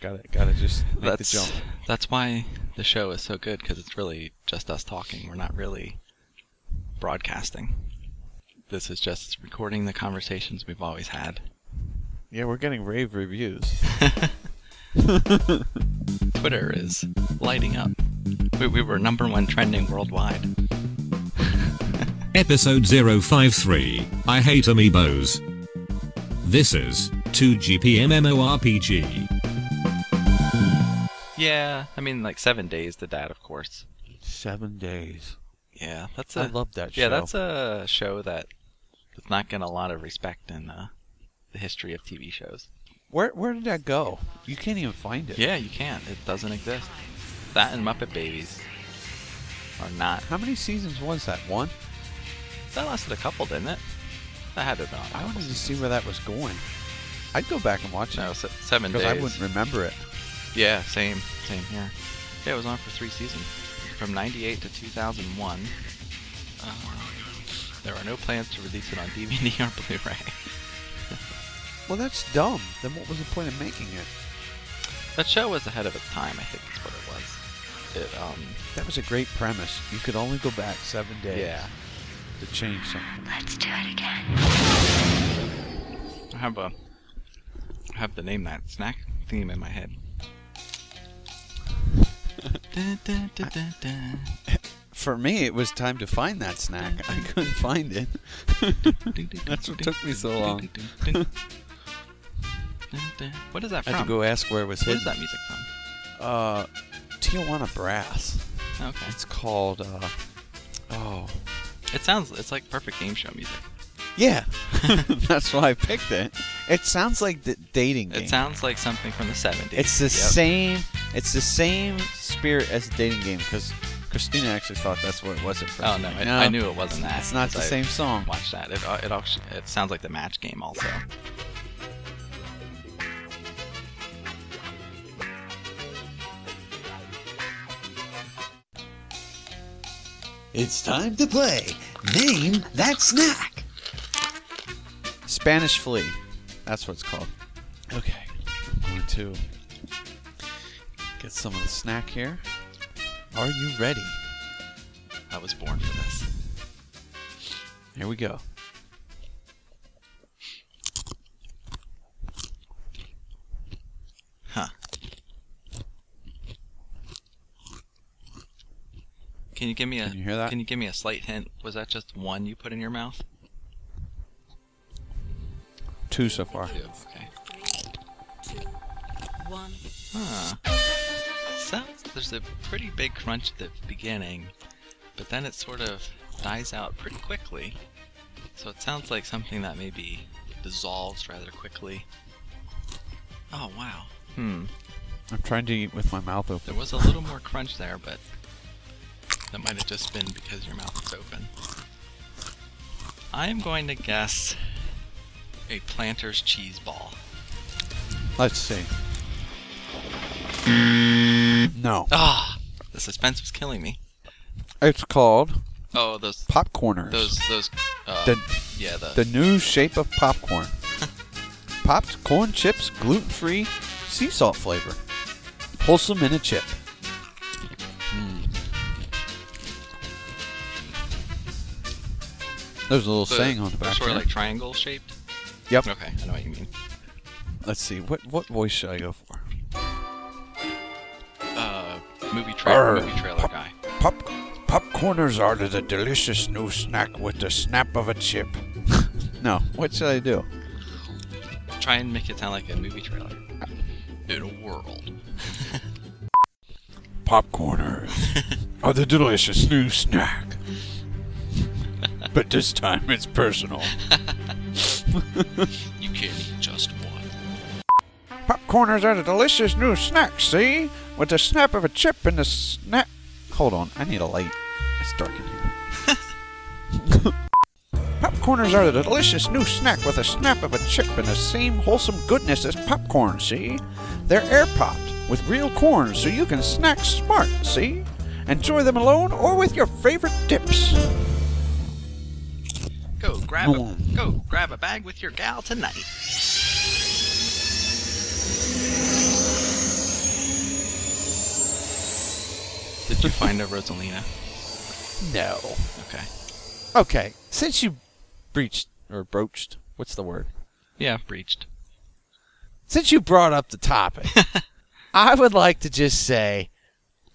Got to Got to just make that's the jump. that's why the show is so good because it's really just us talking. We're not really broadcasting. This is just recording the conversations we've always had. Yeah, we're getting rave reviews. Twitter is lighting up. We, we were number one trending worldwide. Episode 053 I Hate Amiibos. This is 2GPMMORPG. Yeah, I mean like seven days to that, of course. Seven days. Yeah, that's a I love that show. yeah, that's a show that is not getting a lot of respect in uh, the history of TV shows. Where Where did that go? You can't even find it. Yeah, you can't. It doesn't exist. That and Muppet Babies are not. How many seasons was that? One. That lasted a couple, didn't it? That had to have been. on a I couple wanted to see where that was going. I'd go back and watch No, it se- seven because days. I wouldn't remember it. Yeah, same, same here. Yeah, it was on for three seasons, from '98 to 2001. Uh, Uh-huh. there are no plans to release it on DVD or Blu-ray. Well, that's dumb. Then what was the point of making it? That show was ahead of its time. I think is what it was. It um. That was a great premise. You could only go back seven days. Yeah. To change something. Let's do it again. I have a. I have to name that snack theme in my head. Dun, dun, dun, dun, dun. For me, it was time to find that snack. I couldn't find it. That's what took me so long. What is that I from? had to go ask where it was What is hidden. that music from? Uh, Tijuana Brass. Okay. It's called. Uh, oh, It sounds it's like perfect game show music. yeah. That's why I picked it. It sounds like the dating game. It sounds like something from the 70s. It's the Yep. same. It's the same spirit as the dating game because Christina actually thought that's what it was at first. Oh no, I, I knew it wasn't that. It's not the because I same song. Watched that. It uh, it actually, it sounds like the match game also. It's time to play. Name that snack. Spanish Flea. That's what it's called. Okay. I'm going to get some of the snack here. Are you ready? I was born for this. Here we go. Huh. Can you give me a Can you hear that? Can you give me a slight hint? Was that just one you put in your mouth? Two so far. Okay. One. Huh. Sounds there's a pretty big crunch at the beginning, but then it sort of dies out pretty quickly. So it sounds like something that maybe dissolves rather quickly. Oh wow. Hmm. I'm trying to eat with my mouth There open. was a little more crunch there, but that might have just been because your mouth is open. I am going to guess a planter's cheese ball. Let's see. No. Ah, the suspense was killing me. It's called Oh, those Popcorners. those those uh, The- yeah the, The new shape of popcorn. Popped corn chips, gluten free, sea salt flavor. Wholesome in a chip. Hmm. There's a little the- saying on the they're back. sort of there. like triangle shaped. yep. Okay, I know what you mean. Let's see. What what voice should I go for? Uh, movie trailer Arr. movie trailer guy. Pop, popcorners are the delicious new snack with the snap of a chip. No. What should I do? Try and make it sound like a movie trailer. In a world. Popcorners are the delicious new snack. But this time it's personal. You can't eat just one. Popcorners are the delicious new snack, see? With the snap of a chip and the snap. Hold on. I need a light. It's dark in here. Popcorners are the delicious new snack with a snap of a chip and the same wholesome goodness as popcorn, see? They're air popped with real corn so you can snack smart, see? Enjoy them alone or with your favorite dips. Go grab a go grab a bag with your gal tonight. you find a Rosalina? No. Okay. Okay. Since you breached or broached, what's the word? Yeah, breached. Since you brought up the topic, I would like to just say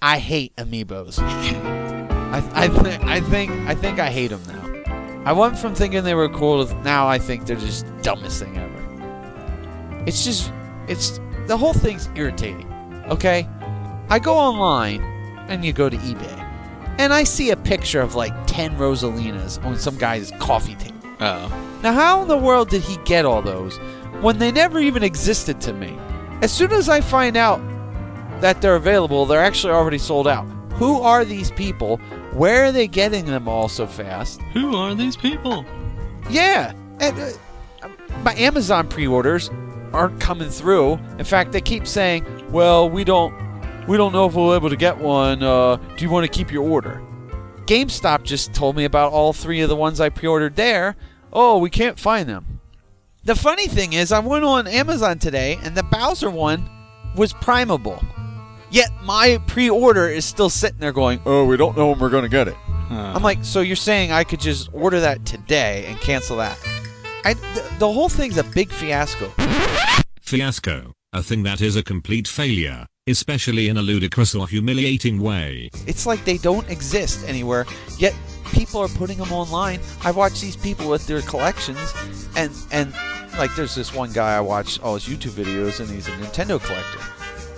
I hate amiibos. I, I, th- I think I think I hate them now. I went from thinking they were cool to now I think they're just dumbest thing ever. It's just it's the whole thing's irritating. Okay? I go online and you go to eBay and I see a picture of like 10 Rosalinas on some guy's coffee table. Oh. Now, how in the world did he get all those when they never even existed to me? As soon as I find out that they're available, they're actually already sold out. Who are these people? Where are they getting them all so fast? Who are these people? Yeah, and, uh, my Amazon pre-orders aren't coming through. In fact, they keep saying, "Well, we don't, we don't know if we'll be able to get one. Uh, do you want to keep your order?" GameStop just told me about all three of the ones I pre-ordered there. Oh, we can't find them. The funny thing is, I went on Amazon today, and the Bowser one was primable. Yet my pre-order is still sitting there going, "Oh, we don't know when we're going to get it." I'm like, so you're saying I could just order that today and cancel that? I, th- the whole thing's a big fiasco. Fiasco, a thing that is a complete failure, especially in a ludicrous or humiliating way. It's like they don't exist anywhere, yet people are putting them online. I watch these people with their collections, and and like there's this one guy I watch all his YouTube videos, and he's a Nintendo collector,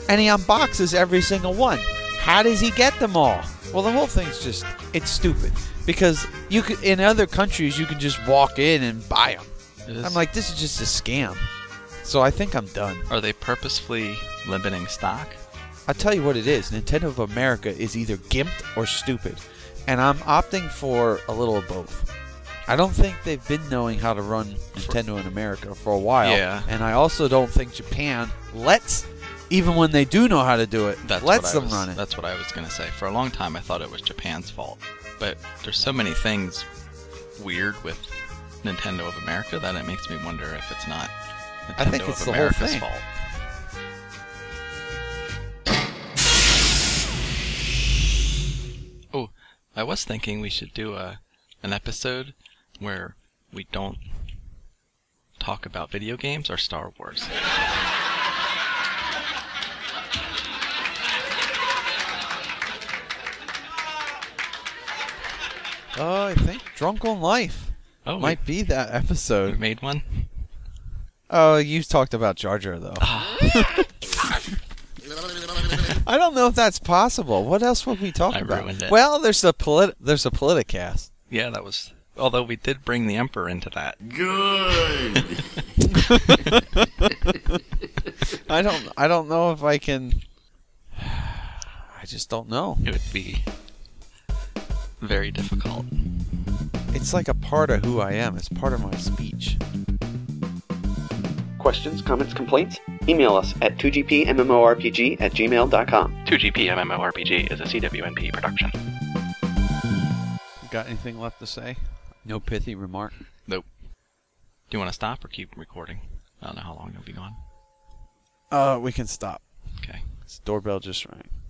and he unboxes every single one. How does he get them all? Well, the whole thing's just it's stupid because you could in other countries you can just walk in and buy them. It is- I'm like, this is just a scam. So I think I'm done. Are they purposefully limiting stock? I tell you what it is. Nintendo of America is either gimped or stupid, and I'm opting for a little of both. I don't think they've been knowing how to run Nintendo in America for a while, Yeah. and I also don't think Japan lets, even when they do know how to do it, That's lets what I them was, run it. That's what I was gonna say. For a long time, I thought it was Japan's fault, but there's so many things weird with Nintendo of America that it makes me wonder if it's not Nintendo I think it's of the whole America's thing. fault. Oh, I was thinking we should do a an episode where we don't talk about video games or Star Wars. Oh, I think Drunk on Life Oh, we- might be that we episode. made one. Oh, you talked about Jar Jar though. I don't know if that's possible. What else would we talk I about? ruined it. Well, there's a polit- there's a politicast. Yeah, that was. Although we did bring the Emperor into that. I don't I don't know if I can I just don't know. It would be very difficult. It's like a part of who I am. It's part of my speech. Questions, comments, complaints? Email us at 2gpmmorpg at gmail.com. 2GP MMORPG is a CWNP production. Got anything left to say? No pithy remark. Nope. Do you want to stop or keep recording? I don't know how long you'll be gone. Uh, we can stop. Okay. This doorbell just rang.